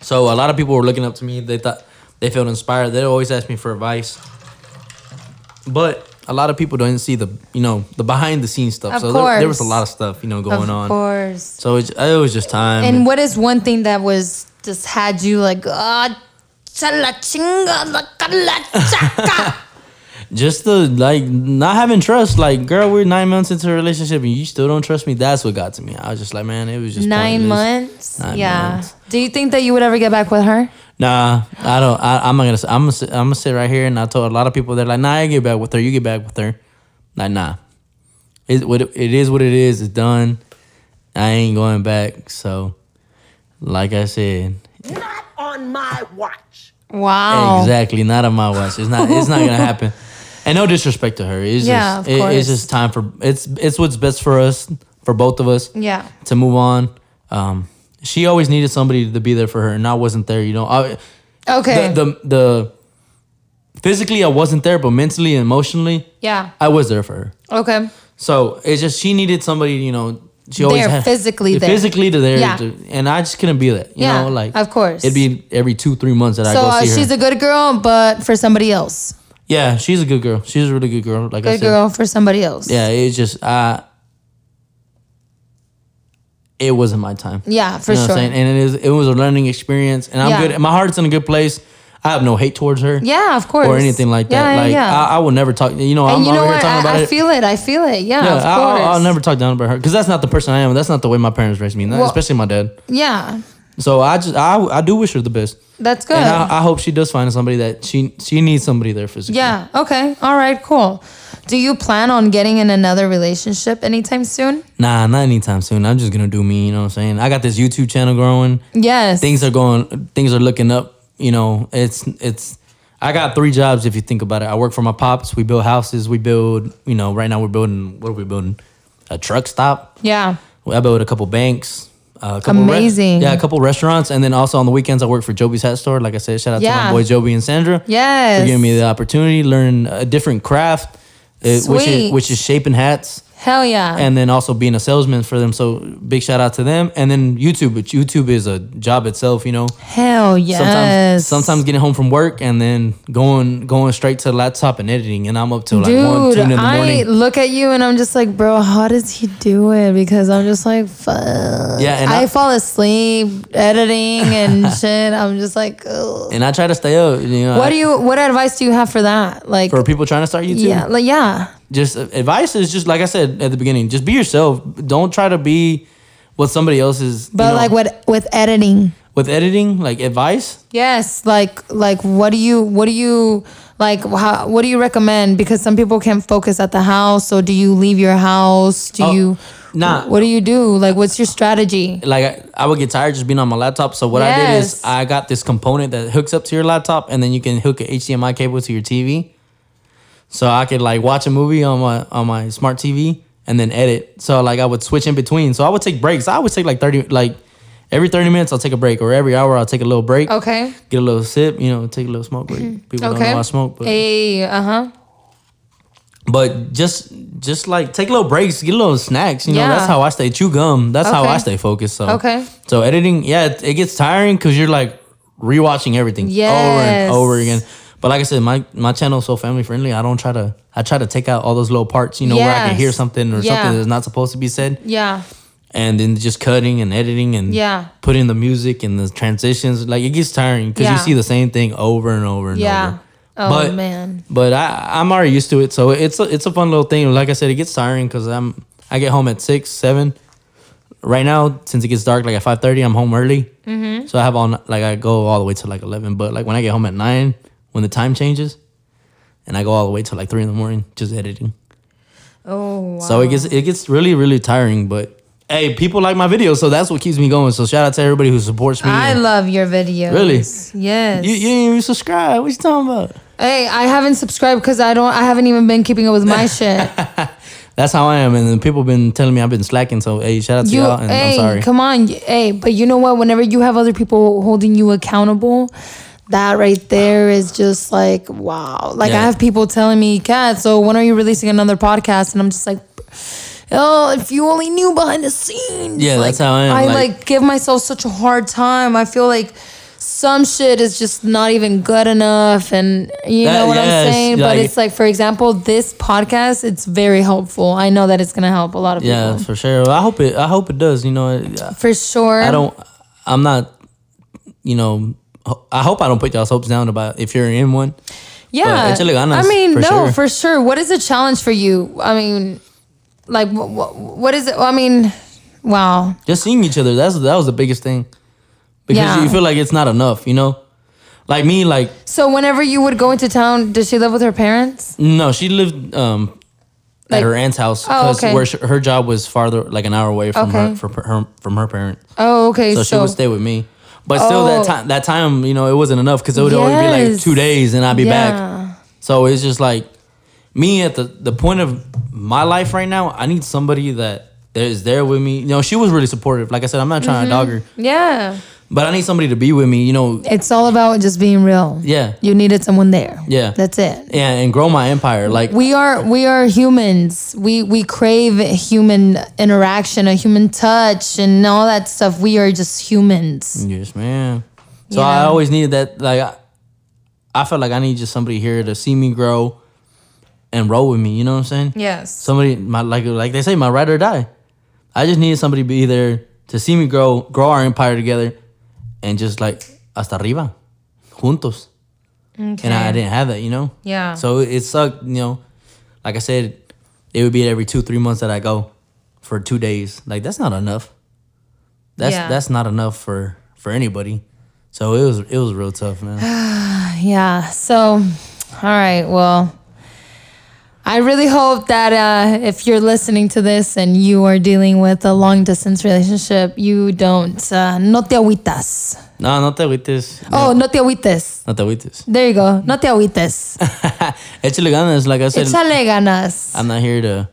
[SPEAKER 4] So a lot of people were looking up to me. They thought they felt inspired. They always asked me for advice, but a lot of people don't see the you know the behind the scenes stuff.
[SPEAKER 3] Of
[SPEAKER 4] so there, there was a
[SPEAKER 3] course.
[SPEAKER 4] lot of stuff you know
[SPEAKER 3] of
[SPEAKER 4] going on.
[SPEAKER 3] course.
[SPEAKER 4] So it's, it was just time.
[SPEAKER 3] And what is one thing that was just had you like ah. chala chinga la cala
[SPEAKER 4] *laughs*
[SPEAKER 3] chaca."
[SPEAKER 4] just the like not having trust. Like, girl, we're nine months into a relationship and you still don't trust me. That's what got to me. I was just like, man, it was just
[SPEAKER 3] Nine
[SPEAKER 4] pointless.
[SPEAKER 3] months.
[SPEAKER 4] Nine
[SPEAKER 3] yeah.
[SPEAKER 4] months.
[SPEAKER 3] Do you think that you would ever get back with her?
[SPEAKER 4] Nah, I don't. I, I'm not gonna. s- I'm gonna. sit- I'm gonna sit right here, and I told a lot of people they're like, "Nah, I get back with her. You get back with her." Like, nah. It what it it is. What it is. It's done. I ain't going back. So, like I said,
[SPEAKER 3] Wow.
[SPEAKER 4] exactly. Not on my watch. It's not.
[SPEAKER 3] *laughs*
[SPEAKER 4] It's not gonna happen. And no disrespect to her. It's
[SPEAKER 3] Yeah,
[SPEAKER 4] just,
[SPEAKER 3] of
[SPEAKER 4] it-
[SPEAKER 3] course.
[SPEAKER 4] It's just time for. It's it's what's best for us, for both of us
[SPEAKER 3] Yeah.
[SPEAKER 4] to move on. Um, she always needed somebody to be there for her, and I wasn't there. You know, I,
[SPEAKER 3] Okay.
[SPEAKER 4] the, the the physically I wasn't there, but mentally and emotionally,
[SPEAKER 3] yeah.
[SPEAKER 4] I was there for her.
[SPEAKER 3] Okay.
[SPEAKER 4] So it's just she needed somebody, you know, she always
[SPEAKER 3] There,
[SPEAKER 4] had,
[SPEAKER 3] physically there.
[SPEAKER 4] physically to there,
[SPEAKER 3] Yeah.
[SPEAKER 4] to- and I just couldn't be that. You
[SPEAKER 3] Yeah,
[SPEAKER 4] know, like
[SPEAKER 3] of course.
[SPEAKER 4] it'd be every two three months that
[SPEAKER 3] so
[SPEAKER 4] I
[SPEAKER 3] uh,
[SPEAKER 4] go see
[SPEAKER 3] she's
[SPEAKER 4] her.
[SPEAKER 3] a good girl, but for somebody else.
[SPEAKER 4] yeah, she's a good girl. She's a really good girl. Like I
[SPEAKER 3] Good
[SPEAKER 4] said,
[SPEAKER 3] girl for somebody else.
[SPEAKER 4] yeah, it's just I. It wasn't my time.
[SPEAKER 3] Yeah, for
[SPEAKER 4] you know
[SPEAKER 3] sure.
[SPEAKER 4] What I'm saying? And it is it was a learning experience, and I'm
[SPEAKER 3] Yeah.
[SPEAKER 4] good. My heart's in a good place. I have no hate towards her.
[SPEAKER 3] Yeah, of course.
[SPEAKER 4] Or anything like that.
[SPEAKER 3] Yeah, yeah,
[SPEAKER 4] like
[SPEAKER 3] yeah.
[SPEAKER 4] I, I will never talk. You know, I'm
[SPEAKER 3] and you know
[SPEAKER 4] over
[SPEAKER 3] what?
[SPEAKER 4] here talking about
[SPEAKER 3] I, I
[SPEAKER 4] it.
[SPEAKER 3] feel it. I feel it. Yeah,
[SPEAKER 4] Yeah,
[SPEAKER 3] of
[SPEAKER 4] I,
[SPEAKER 3] course.
[SPEAKER 4] I'll, I'll never talk down about her because that's not the person I am. That's not the way my parents raised me, not-
[SPEAKER 3] Well-
[SPEAKER 4] especially my dad.
[SPEAKER 3] Yeah,
[SPEAKER 4] So I just I, I do wish her the best,
[SPEAKER 3] that's good.
[SPEAKER 4] and I, I hope she does find somebody that she she needs somebody there physically.
[SPEAKER 3] yeah. Okay. All right. Cool. Do you plan on getting in another relationship anytime soon?
[SPEAKER 4] Nah, not anytime soon. I'm just gonna do me. You know what I'm saying? I got this YouTube channel growing.
[SPEAKER 3] Yes.
[SPEAKER 4] Things are going. Things are looking up. You know, it's it's. I got three jobs if you think about it. I work for my pops. We build houses. We build. You know, right now we're building. What are we building? A truck stop.
[SPEAKER 3] yeah.
[SPEAKER 4] I built a couple banks. uh, A couple res-
[SPEAKER 3] Amazing.
[SPEAKER 4] yeah, a couple restaurants. And then also on the weekends, I work for Joby's Hat Store. Like I said, shout out to
[SPEAKER 3] Yeah.
[SPEAKER 4] my boy Joby and Sandra.
[SPEAKER 3] Yes.
[SPEAKER 4] For giving me the opportunity to learn a different craft, uh, which,
[SPEAKER 3] Sweet.
[SPEAKER 4] is, which is shaping hats.
[SPEAKER 3] Hell yeah.
[SPEAKER 4] And then also being a salesman for them. So big shout out to them. And then YouTube, which YouTube is a job itself, you know.
[SPEAKER 3] Hell yes.
[SPEAKER 4] Sometimes, sometimes getting home from work and then going going straight to the laptop and editing. And I'm up till like one,
[SPEAKER 3] Dude,
[SPEAKER 4] two in the
[SPEAKER 3] I
[SPEAKER 4] morning.
[SPEAKER 3] look at you and I'm just like, bro, how does he do it? Because I'm just like, fuck.
[SPEAKER 4] Yeah, and
[SPEAKER 3] I,
[SPEAKER 4] I-
[SPEAKER 3] fall asleep editing
[SPEAKER 4] *laughs*
[SPEAKER 3] and shit. I'm just like, ugh.
[SPEAKER 4] and I try to stay up. You know,
[SPEAKER 3] what
[SPEAKER 4] I-
[SPEAKER 3] do you? What advice do you have for that? Like,
[SPEAKER 4] for people trying to start YouTube?
[SPEAKER 3] yeah, like yeah,
[SPEAKER 4] just uh, advice is just like I said at the beginning, just be yourself. Don't try to be what somebody else is. you
[SPEAKER 3] but
[SPEAKER 4] know.
[SPEAKER 3] like what with editing?
[SPEAKER 4] with editing, like advice,
[SPEAKER 3] Yes, like like what do you what do you like how, what do you recommend? Because some people can't focus at the house. So do you leave your house? Do
[SPEAKER 4] Oh,
[SPEAKER 3] you?
[SPEAKER 4] nah.
[SPEAKER 3] What do you do? Like, what's your strategy?
[SPEAKER 4] like I, I would get tired just being on my laptop. So what I did
[SPEAKER 3] Yes.
[SPEAKER 4] is I got this component that hooks up to your laptop, and then you can hook an HDMI cable to your TV. So I could like watch a movie on my on my smart TV and then edit. So like I would switch in between. So I would take breaks. I would take like thirty like. Every 30 minutes, I'll take a break, or every hour, I'll take a little break.
[SPEAKER 3] Okay.
[SPEAKER 4] Get a little sip, you know, take a little smoke break. People don't know I smoke, but
[SPEAKER 3] Mm-hmm. hey, uh huh.
[SPEAKER 4] But just just like take little breaks, get little snacks. You
[SPEAKER 3] Yeah.
[SPEAKER 4] know, that's how I stay. Chew gum. That's how
[SPEAKER 3] Okay.
[SPEAKER 4] I stay focused. So
[SPEAKER 3] Okay.
[SPEAKER 4] So editing, yeah, it, it gets tiring because you're like rewatching everything over
[SPEAKER 3] Yes.
[SPEAKER 4] and over again. But like I said, my my channel is so family friendly. I don't try to I try to take out all those little parts, you know, where I
[SPEAKER 3] Yes.
[SPEAKER 4] can hear something or
[SPEAKER 3] Yeah.
[SPEAKER 4] something that's not supposed to be said.
[SPEAKER 3] Yeah.
[SPEAKER 4] And then just cutting and editing and
[SPEAKER 3] Yeah.
[SPEAKER 4] putting the music and the transitions. Like it gets tiring because
[SPEAKER 3] Yeah.
[SPEAKER 4] you see the same thing over and over and
[SPEAKER 3] Yeah.
[SPEAKER 4] over.
[SPEAKER 3] Oh
[SPEAKER 4] But-
[SPEAKER 3] man.
[SPEAKER 4] But I, I'm already used to it, so it's a, it's a fun little thing. Like I said, it gets tiring because I'm I get home at six, seven. Right now, since it gets dark, like at five thirty, I'm home early, mm-hmm. so I have all n- like I go all the way to like eleven. But like when I get home at nine, when the time changes, and I go all the way to like three in the morning, just editing.
[SPEAKER 3] Oh. Wow.
[SPEAKER 4] So it gets it gets really really tiring. But hey, people like my videos, so that's what keeps me going. So shout out to everybody who supports me.
[SPEAKER 3] I
[SPEAKER 4] and-
[SPEAKER 3] love your videos.
[SPEAKER 4] Really?
[SPEAKER 3] Yes.
[SPEAKER 4] you. You didn't even subscribe. What you talking about?
[SPEAKER 3] hey, I haven't subscribed because I don't. I haven't even been keeping up with
[SPEAKER 4] *laughs*
[SPEAKER 3] my shit.
[SPEAKER 4] That's how I am, and then people been telling me I've been slacking. So hey, shout out to
[SPEAKER 3] You,
[SPEAKER 4] you, all and
[SPEAKER 3] hey,
[SPEAKER 4] I'm sorry.
[SPEAKER 3] come on, y- hey. But you know what? Whenever you have other people holding you accountable. That right there is just like wow. Like I
[SPEAKER 4] Yeah.
[SPEAKER 3] have people telling me, "Cat, so when are you releasing another podcast?" And I'm just like, "Oh, if you only knew behind the scenes."
[SPEAKER 4] Yeah,
[SPEAKER 3] Like,
[SPEAKER 4] that's how I am,
[SPEAKER 3] I like,
[SPEAKER 4] like-
[SPEAKER 3] give myself such a hard time. I feel like some shit is just not even good enough, and you
[SPEAKER 4] That-
[SPEAKER 3] know what
[SPEAKER 4] yes,
[SPEAKER 3] I'm saying. but
[SPEAKER 4] like-
[SPEAKER 3] it's like, for example, this podcast, it's very helpful. I know that it's gonna help a lot of
[SPEAKER 4] yeah,
[SPEAKER 3] people
[SPEAKER 4] for sure. I hope it. I hope it does. You know, I,
[SPEAKER 3] for sure.
[SPEAKER 4] I don't. I'm not. You know, ho- I hope I don't put y'all's hopes down about if you're in one.
[SPEAKER 3] Yeah,
[SPEAKER 4] échale ganas,
[SPEAKER 3] I mean,
[SPEAKER 4] for
[SPEAKER 3] no,
[SPEAKER 4] sure.
[SPEAKER 3] for sure. What is a challenge for you? I mean, like, wh- wh- what is it? I mean, wow.
[SPEAKER 4] Just seeing each other. That's that was the biggest thing, because
[SPEAKER 3] Yeah.
[SPEAKER 4] you feel like it's not enough. You know, like me, like
[SPEAKER 3] So whenever you would go into town, does she live with her parents?
[SPEAKER 4] no, she lived um
[SPEAKER 3] Like-
[SPEAKER 4] at her aunt's house
[SPEAKER 3] Oh, okay.
[SPEAKER 4] where sh her job was farther, like an hour away from
[SPEAKER 3] Okay.
[SPEAKER 4] her from her from her parents.
[SPEAKER 3] Oh, okay. So,
[SPEAKER 4] so, she would stay with me. But still,
[SPEAKER 3] Oh.
[SPEAKER 4] that time, that time, you know, it wasn't enough because it would only be
[SPEAKER 3] Yes.
[SPEAKER 4] like two days, and I'd be
[SPEAKER 3] Yeah.
[SPEAKER 4] back. So it's just like me at the the point of my life right now. I need
[SPEAKER 3] Mm-hmm.
[SPEAKER 4] somebody that that is there with me. You know, she was really supportive. Like I said, I'm not trying to dog her,
[SPEAKER 3] yeah,
[SPEAKER 4] But I need somebody to be with me, you know,
[SPEAKER 3] It's all about just being real.
[SPEAKER 4] Yeah.
[SPEAKER 3] You needed someone there.
[SPEAKER 4] Yeah.
[SPEAKER 3] That's it.
[SPEAKER 4] and, and grow my empire. Like
[SPEAKER 3] We are we are humans. We we crave human interaction, a human touch and all that stuff. We are just humans.
[SPEAKER 4] Yes, man. So
[SPEAKER 3] You
[SPEAKER 4] I
[SPEAKER 3] know?
[SPEAKER 4] always needed that. Like, I, I felt like I need just somebody here to see me grow and roll with me. You know what I'm saying?
[SPEAKER 3] Yes.
[SPEAKER 4] Somebody, my like, like they say, my ride or die. I just needed somebody to be there to see me grow, grow our empire together, and just like hasta arriba, juntos. And I, I didn't have that, you know.
[SPEAKER 3] Yeah.
[SPEAKER 4] So it it sucked, you know. Like I said, it would be every two, three months that I go for two days. Like that's not enough. That's
[SPEAKER 3] Yeah.
[SPEAKER 4] that's not enough for for anybody. So it was it was real
[SPEAKER 3] *gasps*
[SPEAKER 4] tough, man.
[SPEAKER 3] Yeah. So, all right. Well, I really hope that uh, if you're listening to this and you are dealing with a long distance relationship, you don't, uh, no te agüitas.
[SPEAKER 4] no, no te agüites.
[SPEAKER 3] Oh, no te agüites.
[SPEAKER 4] No te agüites.
[SPEAKER 3] There you go. No te agüites.
[SPEAKER 4] Échale ganas, like I said.
[SPEAKER 3] Échale ganas.
[SPEAKER 4] I'm not here to,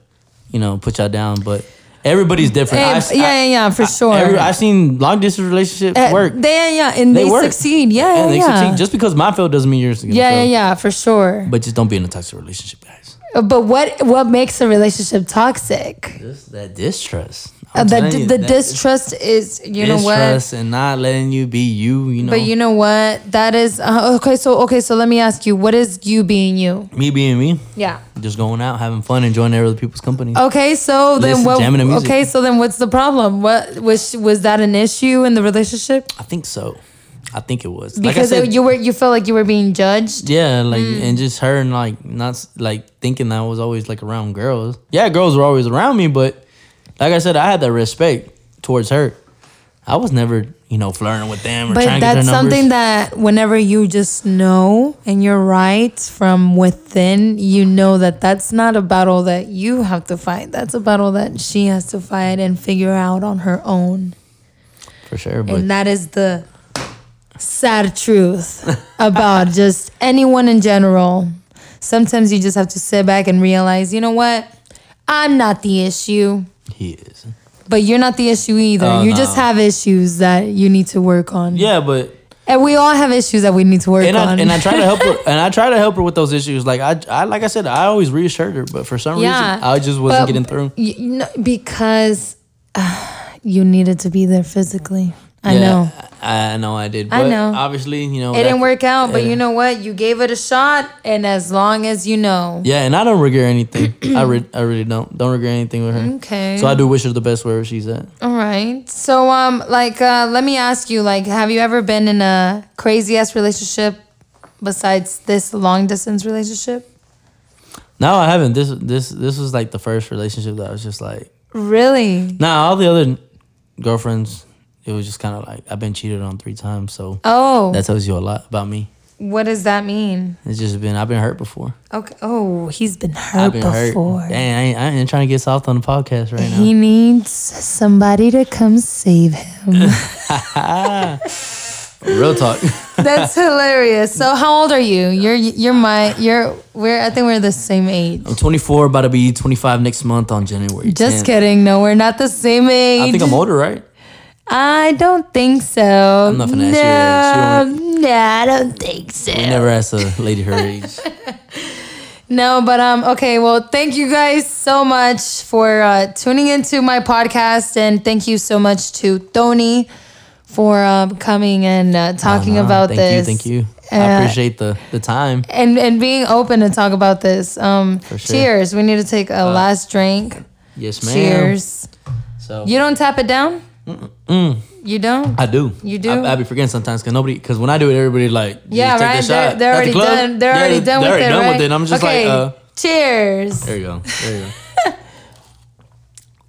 [SPEAKER 4] you know, put y'all down, but everybody's different.
[SPEAKER 3] Eh,
[SPEAKER 4] I've-
[SPEAKER 3] yeah, yeah, yeah, for sure.
[SPEAKER 4] every- I've seen long distance relationships
[SPEAKER 3] Eh,
[SPEAKER 4] work.
[SPEAKER 3] They, yeah, and they,
[SPEAKER 4] work.
[SPEAKER 3] succeed. Yeah, yeah,
[SPEAKER 4] and they
[SPEAKER 3] yeah.
[SPEAKER 4] succeed. Just because my failed doesn't mean yours is gonna
[SPEAKER 3] yeah, yeah,
[SPEAKER 4] fail.
[SPEAKER 3] yeah, for sure.
[SPEAKER 4] But just don't be in a toxic relationship, guys.
[SPEAKER 3] But what what makes a relationship toxic?
[SPEAKER 4] Just that distrust.
[SPEAKER 3] Uh,
[SPEAKER 4] I'm
[SPEAKER 3] the
[SPEAKER 4] telling you,
[SPEAKER 3] the
[SPEAKER 4] that
[SPEAKER 3] distrust is, you know what?
[SPEAKER 4] distrust and not letting you be you. You know,
[SPEAKER 3] But you know what? That is uh, okay. So okay. So let me ask you, what is you being you?
[SPEAKER 4] me being me,
[SPEAKER 3] Yeah.
[SPEAKER 4] just going out, having fun, enjoying other people's company.
[SPEAKER 3] Okay. So then
[SPEAKER 4] Listen,
[SPEAKER 3] what?
[SPEAKER 4] jamming to music.
[SPEAKER 3] Okay. So then what's the problem? What was was that an issue in the relationship?
[SPEAKER 4] I think so. I think it was like I
[SPEAKER 3] Because
[SPEAKER 4] said,
[SPEAKER 3] it- you were you felt like you were being judged.
[SPEAKER 4] yeah, like
[SPEAKER 3] Mm.
[SPEAKER 4] and just her and like not s- like thinking that I was always like around girls. Yeah, girls were always around me, but like I said, I had that respect towards her. I was never, you know, flirting with them or
[SPEAKER 3] But
[SPEAKER 4] trying to get their
[SPEAKER 3] that's
[SPEAKER 4] numbers.
[SPEAKER 3] something that whenever you just know and you're right from within, you know that that's not a battle that you have to fight. That's a battle that she has to fight and figure out on her own.
[SPEAKER 4] for sure. But
[SPEAKER 3] And that is the sad truth *laughs* about just anyone in general. Sometimes you just have to sit back and realize, you know what? I'm not the issue,
[SPEAKER 4] he is.
[SPEAKER 3] but you're not the issue either. you just have issues that you need to work on.
[SPEAKER 4] Oh, Yeah, but
[SPEAKER 3] And we all have issues that we need to work
[SPEAKER 4] and
[SPEAKER 3] on.
[SPEAKER 4] I, and
[SPEAKER 3] *laughs*
[SPEAKER 4] I try to help her and I try to help her with those issues. Like I, I like I said, I always reassured her, but for some reason I just wasn't
[SPEAKER 3] but-
[SPEAKER 4] getting through.
[SPEAKER 3] y- You know, because *sighs* ah, you needed to be there physically. I
[SPEAKER 4] Yeah,
[SPEAKER 3] know.
[SPEAKER 4] I, I know I did.
[SPEAKER 3] I
[SPEAKER 4] But
[SPEAKER 3] know.
[SPEAKER 4] Obviously, you know
[SPEAKER 3] It didn't
[SPEAKER 4] that-
[SPEAKER 3] work out, but
[SPEAKER 4] yeah.
[SPEAKER 3] you know what? You gave it a shot, and as long as you know,
[SPEAKER 4] Yeah, and I don't regret
[SPEAKER 3] *clears throat*
[SPEAKER 4] anything. I re- I really don't. Don't regret anything with her.
[SPEAKER 3] Okay.
[SPEAKER 4] So I do wish her the best wherever she's at.
[SPEAKER 3] All right. So um like uh let me ask you like have you ever been in a crazy ass relationship besides this long distance relationship?
[SPEAKER 4] No, I haven't. This this this was like the first relationship that I was just like.
[SPEAKER 3] Really?
[SPEAKER 4] Nah, all the other girlfriends, it was just kind of like I've been cheated on three times, so
[SPEAKER 3] Oh.
[SPEAKER 4] that tells you a lot about me.
[SPEAKER 3] what does that mean?
[SPEAKER 4] It's just been I've been hurt before.
[SPEAKER 3] Okay. Oh, he's been hurt
[SPEAKER 4] I've been
[SPEAKER 3] before.
[SPEAKER 4] hurt. Dang, I ain't, I ain't trying to get soft on the podcast right now.
[SPEAKER 3] He needs somebody to come save him.
[SPEAKER 4] Real talk.
[SPEAKER 3] *laughs* That's hilarious. So how old are you? You're you're my you're we're I think we're the same age.
[SPEAKER 4] I'm 24, about to be 25 next month on January.
[SPEAKER 3] Just
[SPEAKER 4] 10th.
[SPEAKER 3] kidding. No, we're not the same age.
[SPEAKER 4] I think I'm older, right?
[SPEAKER 3] I don't think so. I'm
[SPEAKER 4] not finna ask you
[SPEAKER 3] no, no, I don't think so.
[SPEAKER 4] I never asked a lady
[SPEAKER 3] *laughs*
[SPEAKER 4] her age.
[SPEAKER 3] No, but um, okay. Well, thank you guys so much for uh, tuning into my podcast, and thank you so much to Tony for um, coming and uh, talking
[SPEAKER 4] Nah,
[SPEAKER 3] about
[SPEAKER 4] Uh-huh.
[SPEAKER 3] this.
[SPEAKER 4] thank Thank you. Thank you.
[SPEAKER 3] Uh,
[SPEAKER 4] I appreciate the the time.
[SPEAKER 3] and and being open to talk about this. Um,
[SPEAKER 4] sure.
[SPEAKER 3] cheers. We need to take a last drink.
[SPEAKER 4] Yes, ma'am.
[SPEAKER 3] Cheers.
[SPEAKER 4] So
[SPEAKER 3] You don't tap it down. You don't.
[SPEAKER 4] I do.
[SPEAKER 3] You do?
[SPEAKER 4] I, I be forgetting sometimes because nobody, because when I do it, everybody like you
[SPEAKER 3] yeah,
[SPEAKER 4] just take
[SPEAKER 3] right.
[SPEAKER 4] the
[SPEAKER 3] They're,
[SPEAKER 4] shot.
[SPEAKER 3] they're
[SPEAKER 4] At
[SPEAKER 3] already
[SPEAKER 4] the club?
[SPEAKER 3] done. They're
[SPEAKER 4] Yeah,
[SPEAKER 3] already done
[SPEAKER 4] they're
[SPEAKER 3] with it,
[SPEAKER 4] already done
[SPEAKER 3] right?
[SPEAKER 4] with it. I'm just
[SPEAKER 3] okay.
[SPEAKER 4] like, uh,
[SPEAKER 3] cheers.
[SPEAKER 4] there you go, there you go.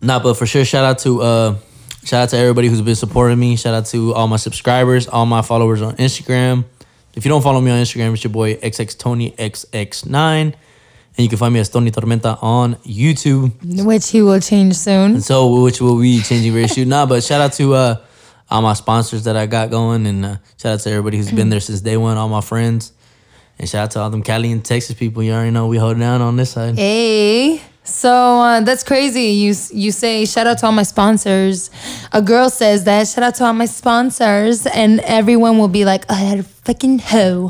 [SPEAKER 4] *laughs* nah, but for sure, shout out to uh, shout out to everybody who's been supporting me. Shout out to all my subscribers, all my followers on Instagram. If you don't follow me on Instagram, it's your boy xxtonyxx9, and you can find me as Tony Tormenta on YouTube.
[SPEAKER 3] Which he will change soon.
[SPEAKER 4] So, which will be changing very soon. Nah, but shout out to uh, all my sponsors that I got going, and uh, shout out to everybody who's been there since day one, all my friends, and shout out to all them Cali and Texas people. You already know we hold down on this side.
[SPEAKER 3] Hey. So uh, that's crazy. You s- you say shout out to all my sponsors. A girl says that shout out to all my sponsors, and everyone will be like, "A fucking hoe."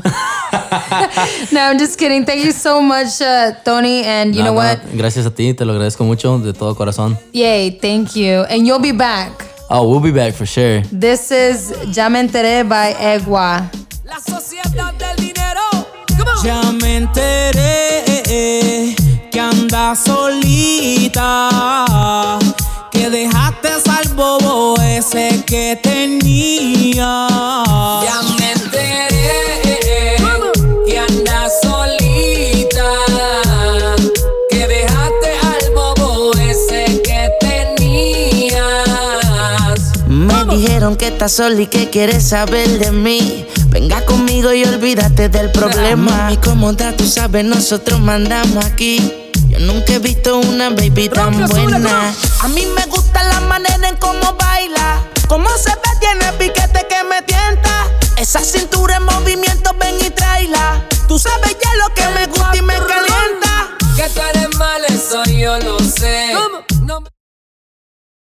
[SPEAKER 3] *laughs* no, I'm just kidding. Thank you so much, uh, Tony. And you know
[SPEAKER 4] Nada,
[SPEAKER 3] what?
[SPEAKER 4] Gracias a ti, te lo agradezco mucho de todo corazón.
[SPEAKER 3] Yay! Thank you. And you'll be back.
[SPEAKER 4] Oh, we'll be back for sure.
[SPEAKER 3] This is Ya me enteré by Egua.
[SPEAKER 8] La sociedad del dinero. Come on.
[SPEAKER 9] Ya me enteré que andas solita, que dejaste al bobo ese que tenía. Ya me enteré que andas solita, que dejaste al bobo ese que tenías.
[SPEAKER 10] Me dijeron que estás sola y que quieres saber de mí. Venga conmigo y olvídate del problema. Y como da, tú sabes, nosotros mandamos aquí. Yo nunca he visto una baby tan
[SPEAKER 8] Rompe, súbele,
[SPEAKER 10] buena. A mí me gusta la manera en cómo baila. Cómo se ve, tiene piquete que me tienta. Esa cintura en movimiento, ven y tráela. Tú sabes ya lo que me gusta y me calienta.
[SPEAKER 9] Que tú eres mal, eso yo lo sé.
[SPEAKER 8] Come on. No me-